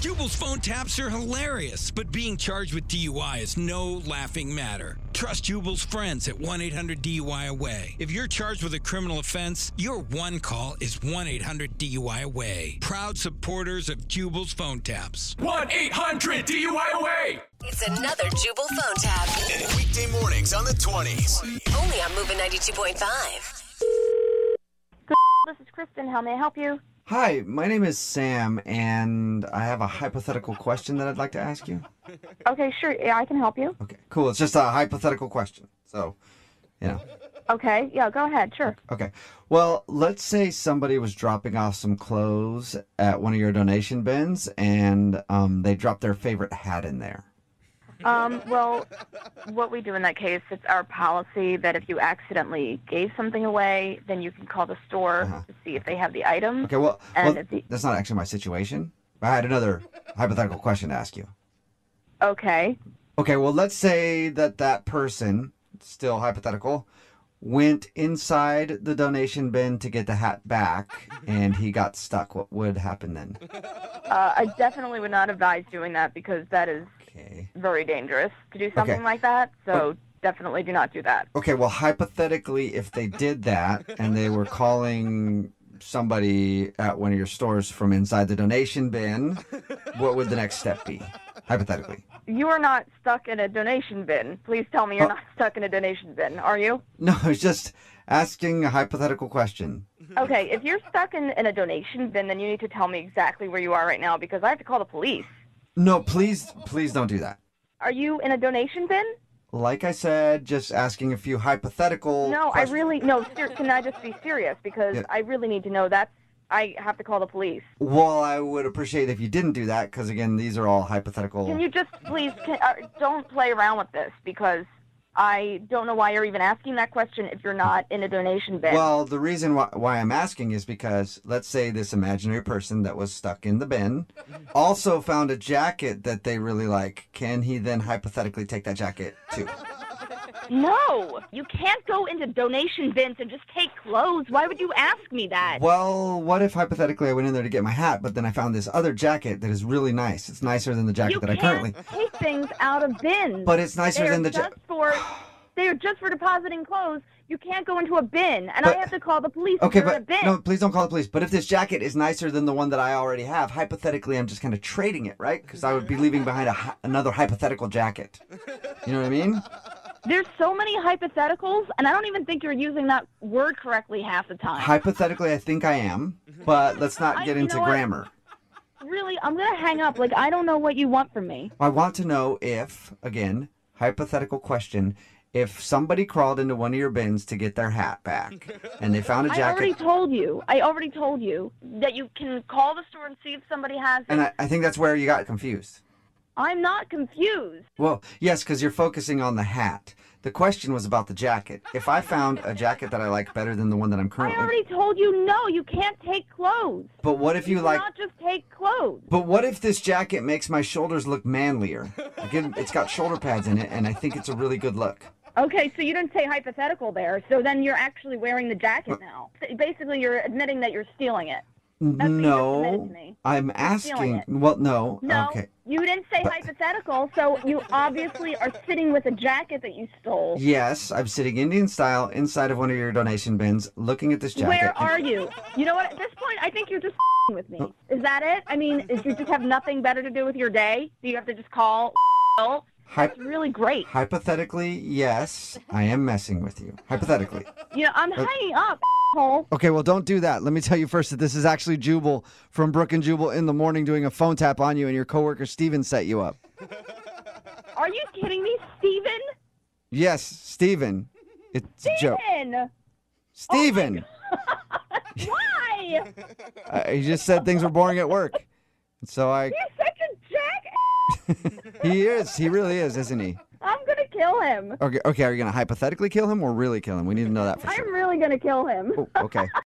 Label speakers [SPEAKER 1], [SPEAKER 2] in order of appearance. [SPEAKER 1] Jubal's phone taps are hilarious, but being charged with DUI is no laughing matter. Trust Jubal's friends at 1 800 DUI Away. If you're charged with a criminal offense, your one call is 1 800 DUI Away. Proud supporters of Jubal's phone taps.
[SPEAKER 2] 1 800 DUIOA!
[SPEAKER 3] It's another Jubal phone tab.
[SPEAKER 4] Weekday mornings on the 20s.
[SPEAKER 3] Only on Moving 92.5.
[SPEAKER 5] This is Kristen. How may I help you?
[SPEAKER 6] Hi, my name is Sam, and I have a hypothetical question that I'd like to ask you.
[SPEAKER 5] Okay, sure. Yeah, I can help you.
[SPEAKER 6] Okay, cool. It's just a hypothetical question. So, you know.
[SPEAKER 5] Okay, yeah, go ahead. Sure.
[SPEAKER 6] Okay. Well, let's say somebody was dropping off some clothes at one of your donation bins, and um, they dropped their favorite hat in there.
[SPEAKER 5] Um, well, what we do in that case, it's our policy that if you accidentally gave something away, then you can call the store to see if they have the item.
[SPEAKER 6] Uh-huh. Okay, well,
[SPEAKER 5] And
[SPEAKER 6] well
[SPEAKER 5] if the-
[SPEAKER 6] that's not actually my situation. I had another hypothetical question to ask you.
[SPEAKER 5] Okay.
[SPEAKER 6] Okay, well, let's say that that person, still hypothetical, went inside the donation bin to get the hat back and he got stuck. What would happen then?
[SPEAKER 5] Uh, I definitely would not advise doing that because that is
[SPEAKER 6] Okay.
[SPEAKER 5] very dangerous to do something
[SPEAKER 6] Okay.
[SPEAKER 5] like that. So definitely do not do that.
[SPEAKER 6] Okay, well, hypothetically, if they did that and they were calling somebody at one of your stores from inside the donation bin, what would the next step be? Hypothetically.
[SPEAKER 5] You are not stuck in a donation bin. Please tell me you're
[SPEAKER 6] Uh,
[SPEAKER 5] not stuck in a donation bin, are you?
[SPEAKER 6] No, it's just asking a hypothetical question.
[SPEAKER 5] Okay, if you're stuck in, in a donation bin, then you need to tell me exactly where you are right now because I have to call the police.
[SPEAKER 6] No, please, please don't do that.
[SPEAKER 5] Are you in a donation bin?
[SPEAKER 6] Like I said, just asking a few hypothetical.
[SPEAKER 5] No, I
[SPEAKER 6] questions.
[SPEAKER 5] really no. Ser- can I just be serious because
[SPEAKER 6] Yeah.
[SPEAKER 5] I really need to know. That's I have to call the police.
[SPEAKER 6] Well, I would appreciate if you didn't do that, because again, these are all hypothetical.
[SPEAKER 5] Can you just please can, uh, don't play around with this because I don't know why you're even asking that question if you're not in a donation bin.
[SPEAKER 6] Well, the reason why, why I'm asking is because let's say this imaginary person that was stuck in the bin also found a jacket that they really like. Can he then hypothetically take that jacket too?
[SPEAKER 5] no, you can't go into donation bins and just take clothes. Why would you ask me that?
[SPEAKER 6] Well, what if hypothetically I went in there to get my hat, but then I found this other jacket that is really nice? It's nicer than the jacket
[SPEAKER 5] You
[SPEAKER 6] that I
[SPEAKER 5] can't
[SPEAKER 6] currently.
[SPEAKER 5] take things out of bins.
[SPEAKER 6] But it's nicer
[SPEAKER 5] They're
[SPEAKER 6] than the
[SPEAKER 5] just
[SPEAKER 6] jacket.
[SPEAKER 5] for they're just for depositing clothes. You can't go into a bin, and
[SPEAKER 6] But-
[SPEAKER 5] I have to call the police.
[SPEAKER 6] Okay,
[SPEAKER 5] if you're in a
[SPEAKER 6] but
[SPEAKER 5] bin.
[SPEAKER 6] no, please don't call the police. But if this jacket is nicer than the one that I already have, hypothetically, I'm just kind of trading it, right? Because I would be leaving behind a, hy- another hypothetical jacket. You know what I mean?
[SPEAKER 5] There's so many hypotheticals, and I don't even think you're using that word correctly half the time.
[SPEAKER 6] Hypothetically, I think I am, but let's not
[SPEAKER 5] I-
[SPEAKER 6] get
[SPEAKER 5] you
[SPEAKER 6] into
[SPEAKER 5] know what?
[SPEAKER 6] grammar.
[SPEAKER 5] really, I'm gonna hang up. Like I don't know what you want from me.
[SPEAKER 6] I want to know if, again, hypothetical question, if somebody crawled into one of your bins to get their hat back and they found a
[SPEAKER 5] I already
[SPEAKER 6] jacket.
[SPEAKER 5] told you. I already told you that you can call the store and see if somebody has it.
[SPEAKER 6] And I, I think that's where you got confused.
[SPEAKER 5] I'm not confused.
[SPEAKER 6] Well, yes, because you're focusing on the hat. The question was about the jacket. If I found a jacket that I like better than the one that I'm
[SPEAKER 5] I
[SPEAKER 6] currently,
[SPEAKER 5] already told you no. You can't take clothes.
[SPEAKER 6] but what if you like?
[SPEAKER 5] Not just take clothes.
[SPEAKER 6] But what if this jacket makes my shoulders look manlier? Again, it's got shoulder pads in it, and I think it's a really good look.
[SPEAKER 5] Okay, so you didn't say hypothetical there. So then you're actually wearing the jacket now. Basically, you're admitting that you're stealing it. what you just admitted
[SPEAKER 6] no,
[SPEAKER 5] to me.
[SPEAKER 6] I'm
[SPEAKER 5] stealing
[SPEAKER 6] asking.
[SPEAKER 5] it.
[SPEAKER 6] Well, no.
[SPEAKER 5] No,
[SPEAKER 6] Okay.
[SPEAKER 5] you didn't say hypothetical, so you obviously are sitting with a jacket that you stole.
[SPEAKER 6] Yes, I'm sitting Indian style inside of one of your donation bins, looking at this jacket.
[SPEAKER 5] Where
[SPEAKER 6] and-
[SPEAKER 5] are you? You know what? At this point, I think you're just f***ing with
[SPEAKER 6] Oh.
[SPEAKER 5] me. Is that it? I mean, is you just have nothing better to do with your day? Do you have to just call? Bill?
[SPEAKER 6] Hy-
[SPEAKER 5] It's really great.
[SPEAKER 6] hypothetically, yes, I am messing with you. Hypothetically.
[SPEAKER 5] You know, I'm
[SPEAKER 6] Uh,
[SPEAKER 5] hanging up, asshole.
[SPEAKER 6] Okay, well, don't do that. Let me tell you first that this is actually Jubal from Brook and Jubal in the morning doing a phone tap on you, and your coworker Steven set you up.
[SPEAKER 5] Are you kidding me, Steven?
[SPEAKER 6] Yes, Steven. It's a joke.
[SPEAKER 5] Steven!
[SPEAKER 6] Steven!
[SPEAKER 5] Why?
[SPEAKER 6] Uh, he just said things were boring at work. And so I.
[SPEAKER 5] You're such a jack.
[SPEAKER 6] He is. He really is, isn't he?
[SPEAKER 5] I'm gonna kill him.
[SPEAKER 6] Okay, okay, are you going to hypothetically kill him or really kill him? We need to know that for sure.
[SPEAKER 5] I'm really gonna kill him.
[SPEAKER 6] Oh, okay.